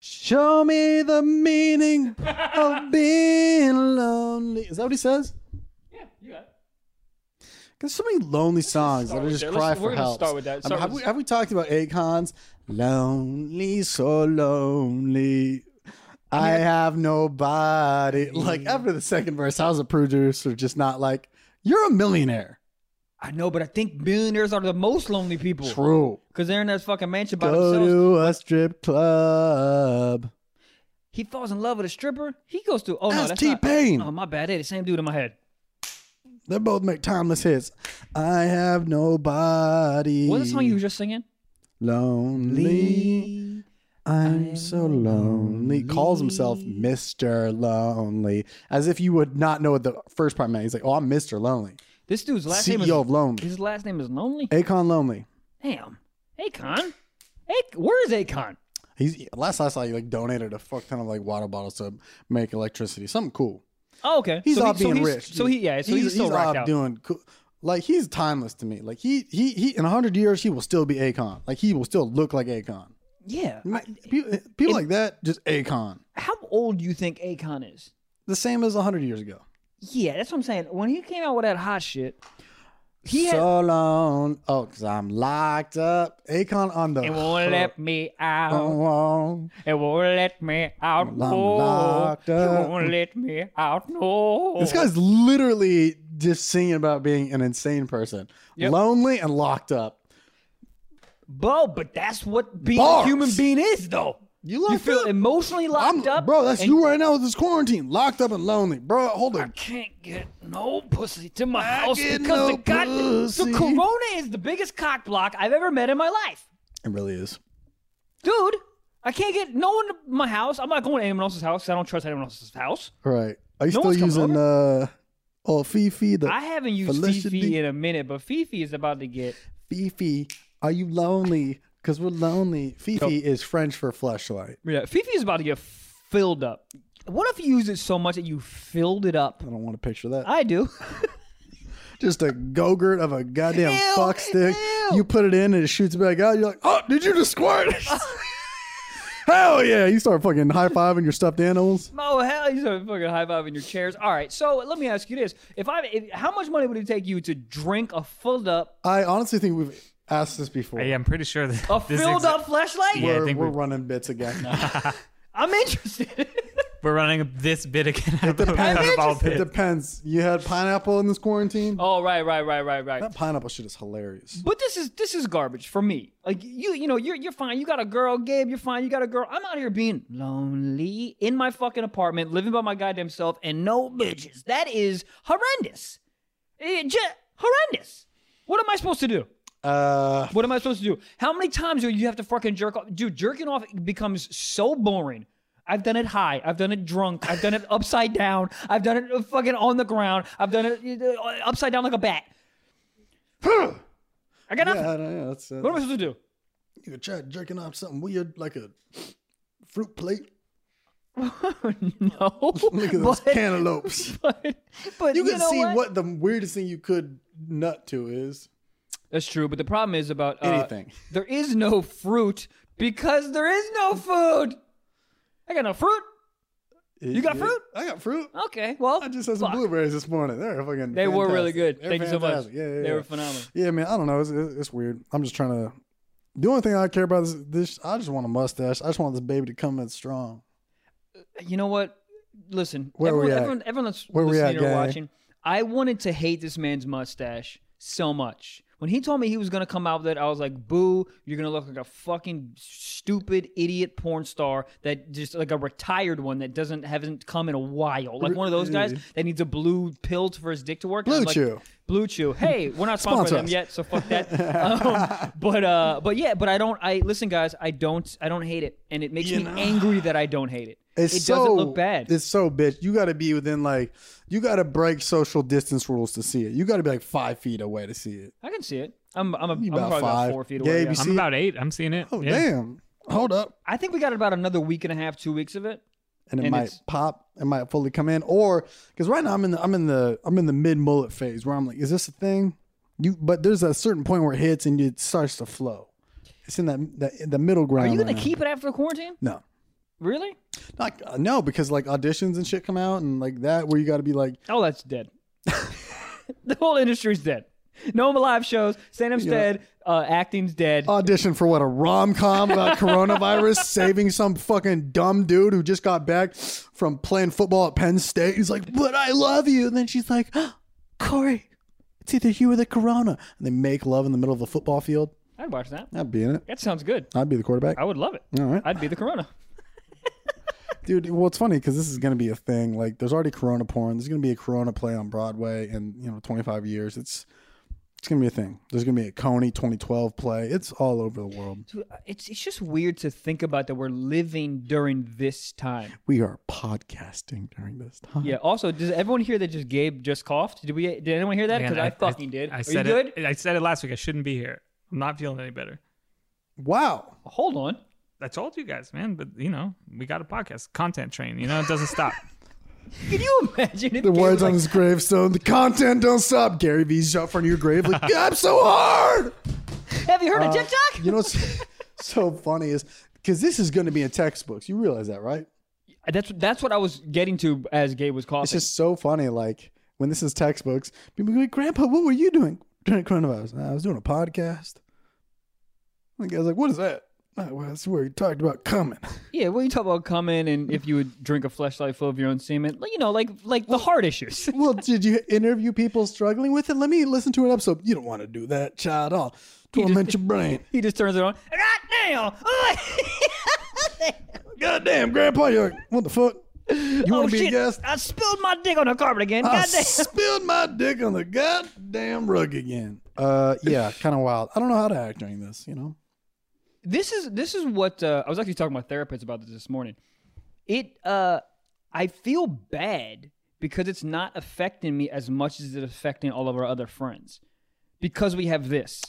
Show me the meaning of being lonely. Is that what he says? Yeah, you got it. There's so many lonely songs that start I with just that. cry Let's- for we're gonna help. start with that. I mean, Start have, with- we, have we talked about Akon's lonely, so lonely? I have Mm. nobody. Like after the second verse, how's a producer just not like you're a millionaire? I know, but I think millionaires are the most lonely people True. because they're in that fucking mansion by Go themselves. to a strip club. He falls in love with a stripper. He goes to oh no, That's that's T not- Pain. Oh my bad, they're the same dude in my head. they both make timeless hits. I have nobody. What was the song you were just singing? lonely? I'm so lonely. Calls himself Mr. Lonely, as if you would not know what the first part meant. He's like, "Oh, I'm Mr. Lonely, This dude's last CEO name is of Lonely, his last name is Lonely. Akon Lonely." Damn, Akon. Ak- where is Akon? He's last I saw, he like donated a fuck ton of like water bottles to make electricity. Something cool. Oh, okay. He's so off he, so being he's- rich. So he yeah. So he's, still off rocked out. doing cool. Like he's timeless to me. Like he he he. In hundred years, he will still be Akon. Like he will still look like Akon. yeah. Like, People, people like that, just Akon. How old do you think Akon is? The same as hundred years ago. Yeah, that's what I'm saying. When he came out with that hot shit, he had so long. Oh, because I'm locked up. Akon on the. It won't hook. let me out. Oh, It won't let me out. I'm No. locked It up. won't let me out. No. This guy's literally just singing about being an insane person, Yep. lonely and locked up. Bo, but that's what being Bars. a human being is, though. You You locked feel up? emotionally I'm- locked up, bro. That's and you right now with this quarantine, locked up and lonely, bro. Hold on. Can't get no pussy to my house get because no the god. So pussy. Corona is the biggest cock block I've ever met in my life, It really is. dude. I can't get no one to my house. I'm not going to anyone else's house. 'cause I don't trust anyone else's house. All right. Are you No still one's coming using uh, oh Fifi the I haven't used Felicity- Fifi in a minute, but Fifi is about to get Fifi? Are you lonely? Because we're lonely. Fifi is French for flashlight. Yeah, Fifi is about to get filled up. What if you used it so much that you filled it up? I don't want to picture that. I do. just a gogurt of a goddamn Ew, fuck stick. ew. You put it in and it shoots back out. You're like, oh, did you just squirt? Oh. Hell yeah! You start fucking high fiving your stuffed animals. oh hell, you started fucking high fiving your chairs. All right, so let me ask you this: If I, if, how much money would it take you to drink a filled up, I honestly think we've asked this before. Yeah, I'm pretty sure that a this filled exa- up flashlight? Yeah, I We're, think we're we- running bits again. I'm interested. We're running this bit again. Out of, depends. out of all it bits. depends. You had pineapple in this quarantine. oh right, right, right, right, right. That pineapple shit is hilarious. But this is this is garbage for me. Like you, you know, you're you're fine. You got a girl, Gabe. You're fine. You got a girl. I'm out here being lonely in my fucking apartment, living by my goddamn self, and no bitches. That is horrendous. It ju- horrendous. What am I supposed to do? Uh, What am I supposed to do? How many times do you have to fucking jerk off? Dude, jerking off becomes so boring. I've done it high. I've done it drunk. I've done it upside down. I've done it uh, fucking on the ground. I've done it uh, upside down like a bat. I got yeah, I nothing. don't know. That's, uh, What am I supposed to do? you could try jerking off something weird like a fruit plate. no. Look at those but, cantaloupes. but, but You you can know see what? what the weirdest thing you could nut to is. That's true, but the problem is about uh, Anything. There is no fruit because there is no food. I got no fruit. You got fruit? I got fruit. Okay, well, I just had some fuck. blueberries this morning. They're fucking. They were really fantastic. good. They're Thank you so much. fantastic. Yeah, yeah, They yeah. were phenomenal. Yeah, man. I don't know. It's, it's it's weird. I'm just trying to. The only thing I care about is this. I just want a mustache. I just want this baby to come in strong. You know what? Listen, Where we everyone, at? everyone, everyone that's Where we at, listening or gang? watching, I wanted to hate this man's mustache so much. When he told me he was gonna come out with it, I was like, "Boo! You're gonna look like a fucking stupid idiot porn star that just like a retired one that doesn't haven't come in a while, like one of those guys that needs a blue pill for his dick to work." And Blue I'm like, Chew. Blue Chew. Hey, we're not sponsoring Sponsor them us. yet, so fuck that. Um, but uh, but yeah, but I don't. I listen, guys. I don't. I don't hate it, and it makes me angry that I don't hate it. It's it so, doesn't look bad. It's so bitch. You got to be within like. You got to break social distance rules to see it. You got to be like five feet away to see it. I can see it. I'm I'm, a, I'm You probably about about five. four feet Yeah, away. you yeah. see- I'm about eight. I'm seeing it. Oh Yeah. damn! Hold up. I think we got about another week and a half, two weeks of it. and it And might it's- pop it might fully come in or because right now i'm in the i'm in the i'm in the mid mullet phase where i'm like is this a thing you but there's a certain point where it hits and it starts to flow it's in that, that in the middle Are ground you right gonna now. keep it after quarantine? no Really? Not, uh, no, because like auditions and shit come out and like that where you got to be like, Oh, that's dead. the whole industry's dead. No more live shows. Stand up's Yeah. dead. Uh, acting's dead. audition for what a rom com about coronavirus saving some fucking dumb dude who just got back from playing football at Penn State. He's like, "But I love you," and then she's like, "Ah, "Corey, it's either you or the corona," and they make love in the middle of a football field. I'd watch that. I'd be in it. That sounds good. I'd be the quarterback. I would love it. All right, I'd be the Corona. dude. Well, it's funny because this is going to be a thing. Like, there's already corona porn. There's going to be a corona play on Broadway in you know 25 years. It's it's going to be a thing. There's going to be a Coney 2012 play. It's all over the world. Dude, uh, It's it's just weird to think about that we're living during this time. We are podcasting during this time. Yeah. Also, does everyone hear that? Just Gabe just coughed. Did we? Did anyone hear that? Man, Because I, fucking did. I Are said you good? it. I said it last week. I shouldn't be here. I'm not feeling any better. Wow. Hold on. I told you guys, man. But you know, we got a podcast, content train. You know, it doesn't stop. Can you imagine if The Gabe words was on his gravestone, the content don't stop. Gary Vee's out front of your grave, like, I'm so hard. like, Have you heard of TikTok? Uh, You know what's so funny is because this is going to be in textbooks. You realize that, right? Uh, That's that's what I was getting to as Gabe was coughing. It's just so funny. Like when this is textbooks, people go, like, Grandpa, what were you doing during coronavirus? I was doing a podcast. And the guy's like, What is that? "Ah, well, that's where he talked about coming. yeah. Well, you talk about coming and if you would drink a flashlight full of your own semen, like you know, like like the heart issues. well, did you interview people struggling with it? Let me listen to an episode. You don't want to do that, child. I'll torment your brain. He just turns it on. Right now. Goddamn, Grandpa, you're like, what the fuck? You oh, want to be shit. a guest? I spilled my dick on the carpet again. I Goddamn. spilled my dick on the goddamn rug again. Uh, yeah, kind of wild. I don't know how to act during this. You know, this is this is what uh, I was actually talking to my therapist about this this morning. It uh, I feel bad because it's not affecting me as much as it's affecting all of our other friends because we have this.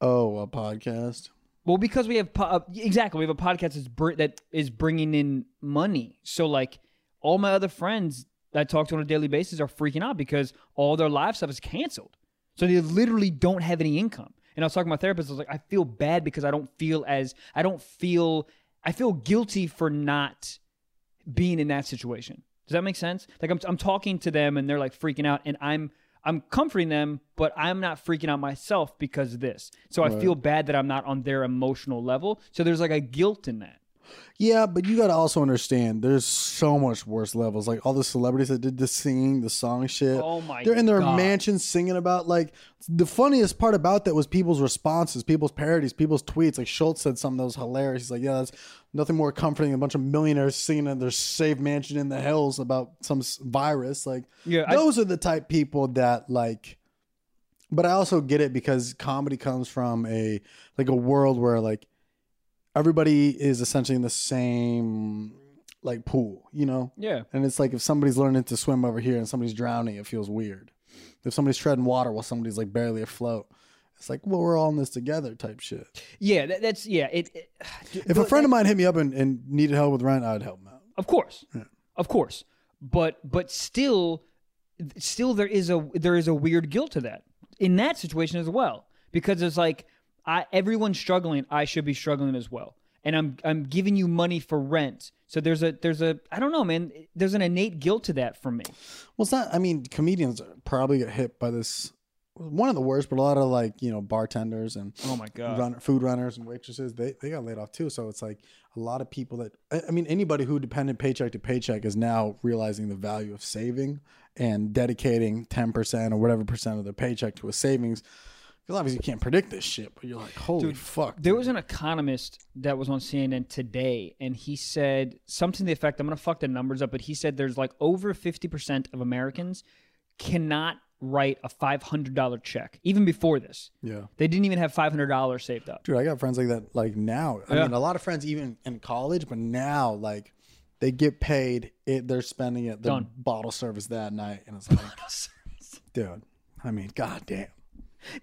oh, a podcast. Well, because we have po- uh, exactly we have a podcast that's br- that is bringing in money. So like all my other friends that I talk to on a daily basis are freaking out because all their live stuff is canceled. So they literally don't have any income. And I was talking to my therapist. I was like, I feel bad because I don't feel as I don't feel I feel guilty for not being in that situation. Does that make sense? Like I'm I'm talking to them and they're like freaking out and I'm I'm comforting them, but I'm not freaking out myself because of this. So I feel bad that I'm not on their emotional level. So there's like a guilt in that. Yeah, but you got to also understand. There's so much worse levels. Like all the celebrities that did the singing, the song shit. Oh my They're in their God. mansions singing about like the funniest part about that was people's responses, people's parodies, people's tweets. Like Schultz said something that was hilarious. He's like, "Yeah, that's nothing more comforting than a bunch of millionaires singing in their safe mansion in the hills about some s- virus." Like, Yeah, I- those are the type people that like. But I also get it because comedy comes from a like a world where like everybody is essentially in the same like pool, you know? Yeah. And it's like if somebody's learning to swim over here and somebody's drowning, it feels weird. If somebody's treading water while somebody's like barely afloat, it's like, well, we're all in this together type shit. Yeah, that, that's yeah, it, it- If a friend of mine hit me up and, and needed help with rent, I'd help him out. of course. Of course. But but still still there is a there is a weird guilt to that in that situation as well because it's like I everyone's struggling I should be struggling as well and I'm I'm giving you money for rent so there's a there's a I don't know man there's an innate guilt to that for me Well, it's not, I mean, comedians probably get hit by this, one of the worst, but a lot of like, you know, bartenders and oh my god runner, food runners and waitresses, they, they got laid off too. So it's like a lot of people that, I- I mean, anybody who depended paycheck to paycheck is now realizing the value of saving and dedicating 10% or whatever percent of their paycheck to a savings. Because obviously you can't predict this shit, but you're like, holy fuck. There was an economist that was on CNN today, and he said something to the effect I'm going to fuck the numbers up, but he said there's like over 50% of Americans cannot write a $500 check, even before this. yeah. They didn't even have $500 saved up. Dude, I got friends like that like now. I Yeah. mean, a lot of friends even in college, but now like they get paid, it, they're spending it, the Done. bottle service that night. And it's like, dude, I mean, goddamn.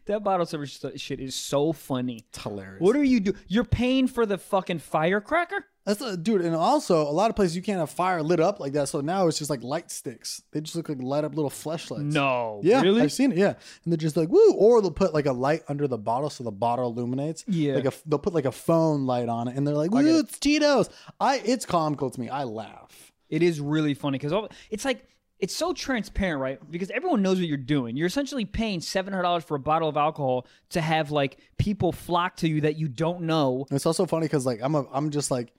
That bottle service stu- shit is so funny. It's hilarious. What are you do? You're paying for the fucking firecracker? That's a, dude, and also a lot of places you can't have fire lit up like that. So now it's just like light sticks. They just look like light up little fleshlights. No. Yeah, Really? I've seen it. Yeah, and they're just like woo, or they'll put like a light under the bottle so the bottle illuminates. Yeah. like a, they'll put like a phone light on it, and they're like woo, it's Tito's. I it's comical to me. I laugh. It is really funny because it's like it's so transparent, right? Because everyone knows what you're doing. You're essentially paying seven hundred dollars for a bottle of alcohol to have like people flock to you that you don't know. And it's also funny because like I'm a I'm just like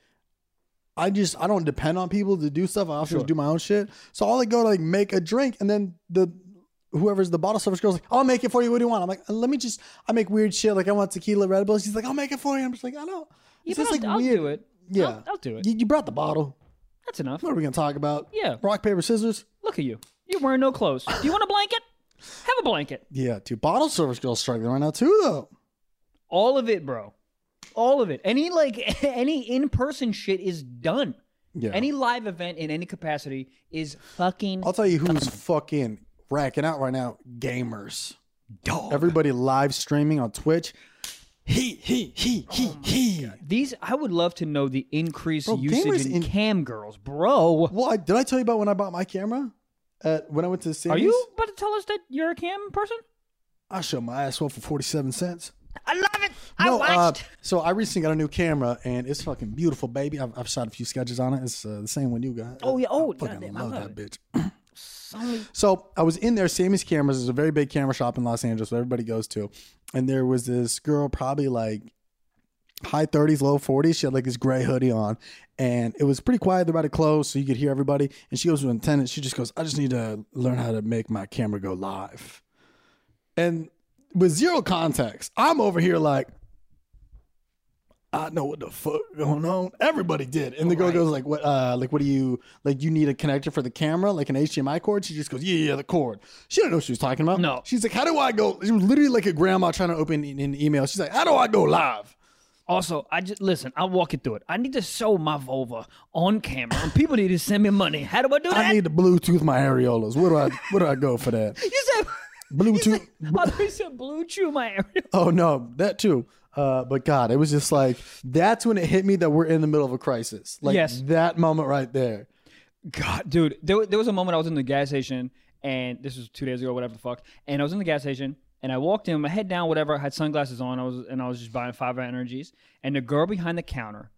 I just I don't depend on people to do stuff. I also just do my own shit. So I'll like go to like make a drink and then the whoever's the bottle service girl's like, I'll make it for you. What do you want? I'm like, let me just I make weird shit. Like I want tequila Red Bull. She's like, I'll make it for you. I'm just like, I don't Yeah, it's but just I'll, like I'll weird. do it. Yeah. I'll, I'll do it. You, you brought the bottle. That's enough. What are we gonna talk about? Yeah. Rock, paper, scissors. Look at you. You're wearing no clothes. Do you want a blanket? Have a blanket. Yeah, dude. Bottle service girl's struggling right now too though. All of it, bro. All of it. Any like any in-person shit is done. Yeah. Any live event in any capacity is fucking I'll tell you who's fucking racking out right now. Gamers. dog. Everybody live streaming on Twitch. He, he, he, he, Oh he. These I would love to know the increased Bro, usage gamers in, in- cam girls, bro. Well, I, did I tell you about when I bought my camera? Uh, when I went to the Are series? you about to tell us that you're a cam person? I showed my asshole for 47 cents. I love it. No, uh, so I recently got a new camera and it's fucking beautiful, baby. I've, I've shot a few sketches on it. It's uh, the same one you got. Oh, yeah. Oh, I fucking goddamn, I love, love that bitch. Some- So I was in there, Sammy's Cameras is a very big camera shop in Los Angeles that everybody goes to. And there was this girl, probably like high 30s, low 40s. She had like this gray hoodie on. And it was pretty quiet. They're about to close, so you could hear everybody. And she goes to an attendant. She just goes, I just need to learn how to make my camera go live. And with zero context, I'm over here like, I know what the fuck going on. Everybody did. And the girl goes like, "What? Uh, like, what do you like? You need a connector for the camera, like an HDMI cord." She just goes, "Yeah, yeah, the cord." She didn't know what she was talking about. No. she's like, "How do I go?" She was literally like a grandma trying to open an, an email. She's like, "How do I go live?" Also, I just listen. I'll walk you through it. I need to show my vulva on camera, and people need to send me money. How do I do that? I need to Bluetooth my areolas. Where do I? Where do I go for that? you said Bluetooth. I thought you said blue chew my area. Oh no, that too. Uh, but God, it was just like that's when it hit me that we're in the middle of a crisis. Like Yes. that moment right there. God, dude, there, wa- there was a moment I was in the gas station, and this was two days ago, whatever the fuck. And I was in the gas station, and I walked in, my head down, whatever. I had sunglasses on. I was and I was just buying five hour energies. And the girl behind the counter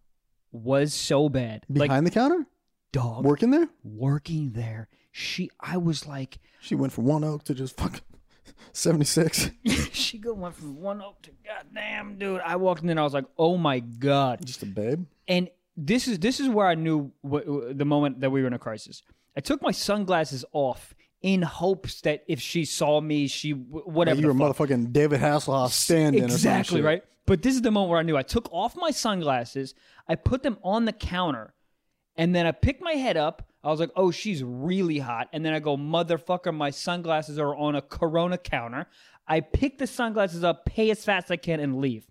was so bad, Behind like the counter, dog working there. working there. She, I was like, She went from one oak to just fucking seventy six. she go went from one oak to goddamn dude. I walked in, and I was like, oh my god. Just a babe. and this is this is where I knew wh- wh- the moment that we were in a crisis. I took my sunglasses off in hopes that if she saw me, she w- whatever. you the were fuck- motherfucking David Hasselhoff standing exactly right. But this is the moment where I knew. I took off my sunglasses. I put them on the counter, and then I picked my head up. I was like, "Oh, she's really hot." And then I go, "Motherfucker, my sunglasses are on a Corona counter." I pick the sunglasses up, pay as fast as I can, and leave.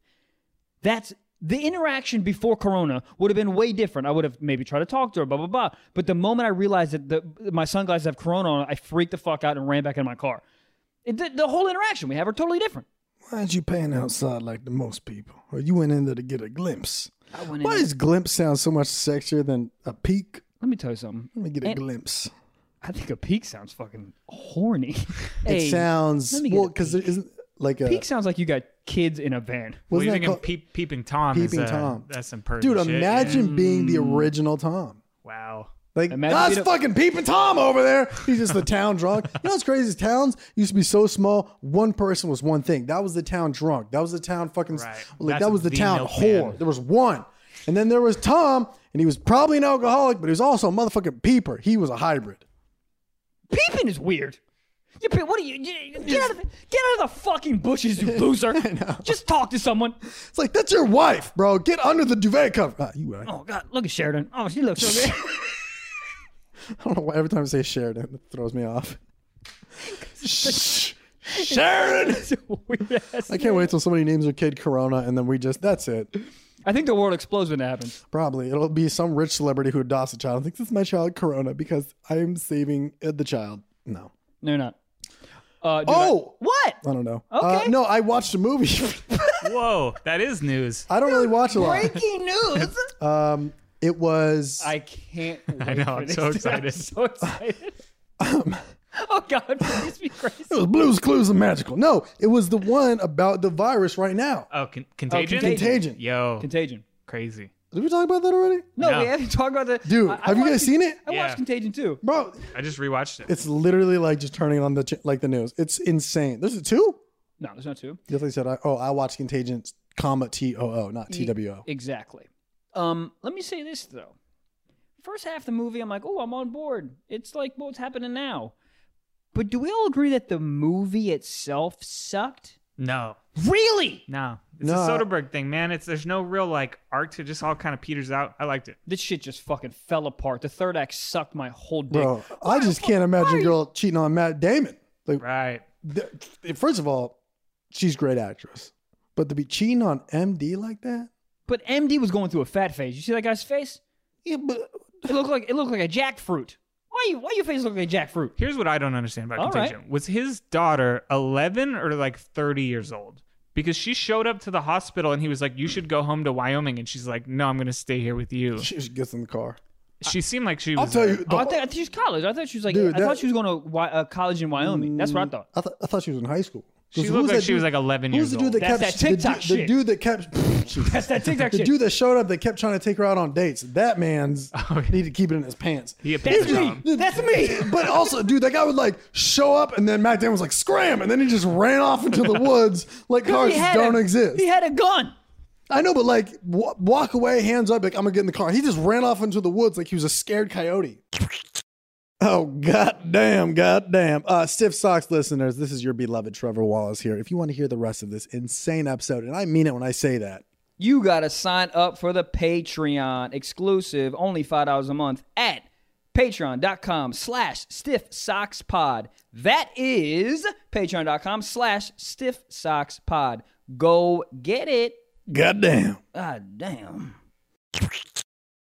That's the interaction before Corona would have been way different. I would have maybe tried to talk to her, blah blah blah. But the moment I realized that the, my sunglasses have Corona on, I freaked the fuck out and ran back in my car. It, the, the whole interaction we have are totally different. Why aren't you paying outside like the most people? Or you went in there to get a glimpse. I went in Why does glimpse sound so much sexier than a peek? Let me tell you something. Let me get a And- glimpse. I think a peak sounds fucking horny. it sounds let me get well a because there isn't like a peak sounds like you got kids in a van. Well, wasn't that you're thinking called- peep, peeping Tom. Peeping is, uh, Tom. That's some pervy dude. shit, yeah. Imagine being Mm. the original Tom. Wow. Like Imagine that's being a- fucking peeping Tom over there. He's just the town drunk. You know what's crazy? is Towns used to be so small. One person was one thing. That was the town drunk. That was the town fucking. Right. Like That's that was the, the town milk whore. man. There was one, and then there was Tom, and he was probably an alcoholic, but he was also a motherfucking peeper. He was a hybrid. Peeping is weird. You pe- what are you? you- get out of the, get out of the fucking bushes, you loser. Just talk to someone. It's like that's your wife, bro. Get under the duvet cover. Ah, you right. Oh God, look at Sheridan. Oh, she looks so good. I don't know why every time I say Sheridan, it throws me off. Shh. Sheridan. It's a weird ass I can't wait till somebody names their kid Corona, and then we just that's it. name. I think the world explodes when that happens. Probably. It'll be some rich celebrity who adopts a child and thinks it's my child, Corona, because I'm saving uh, the child. No. No, you're not. Uh, dude, I- Oh! what? I don't know. Okay. Uh, no, I watched a movie. Whoa, that is news. I don't really watch a lot. Breaking news. Um, it was. I can't. Wait I know, For I'm this. so dude. I'm excited. so excited. oh God, please be crazy. it was Blues Clues and Magical. No, it was the one about the virus right now. Oh, con- contagion? Contagion. Yo, Contagion. crazy. Did we talk about that already? No, No. we haven't talked about that. Dude, I- I have you watched guys Con- seen it? I Yeah. watched Contagion too. Bro, I just rewatched it. it's literally like just turning on the ch- like the news. It's insane. There's a two. No, there's not two. Definitely said, I- "Oh, I watched Contagion, comma T O O, not T W O." Exactly. Um, let me say this though. First half of the movie, I'm like, oh, I'm on board. It's like what's happening now. But do we all agree that the movie itself sucked? No, Really? no. It's No, a I- Soderbergh thing, man. It's There's no real like arc to it. just all kind of peters out. I liked it. This shit just fucking fell apart. The third act sucked my whole dick. Bro, I just can't imagine a girl cheating on Matt Damon. Like, Right. th- first of all, she's a great actress, but to be cheating on MD like that, But MD was going through a fat phase. You see that guy's face? yeah, but It looked like it looked like a jackfruit. Why you why your face look like jackfruit? Here's what I don't understand about All right. Contagion. Was his daughter 11 or like 30 years old? Because she showed up to the hospital and he was like, You should go home to Wyoming. And she's like, No, I'm going to stay here with you. she just gets in the car. She seemed like she was. I'll tell uh, you, the- Oh, I, thought I thought she was college. I thought she was like Dude, I that- thought she was going to uh, college in Wyoming. That's what I thought. I, th- I thought she was in high school. 'Cause She who looked was like that she was dude- like 11 Who was years the dude old. that That's kept that TikTok the, dude- shit. the dude that kept That's that TikTok Mm. the shit. dude that showed up that kept trying to take her out on dates. That man's Oh, yeah. need to keep it in his pants. He a That's piece of me. dumb. That's me. But also, dude, that guy would like show up and then Matt Damon was like, scram, and then he just ran off into the woods like cars He had don't a- exist. He had a gun. I know, but like w- walk away, hands up, like I'm gonna get in the car. He just ran off into the woods like he was a scared coyote. Oh god damn, god damn. Uh Stiff Socks listeners, this is your beloved Trevor Wallace here. If you want to hear the rest of this insane episode, and I mean it when I say that, You gotta sign up for the Patreon exclusive, only five dollars a month at patreon.com slash stiff socks pod. That is patreon.com slash stiff socks pod. Go get it. god damn. Ah damn.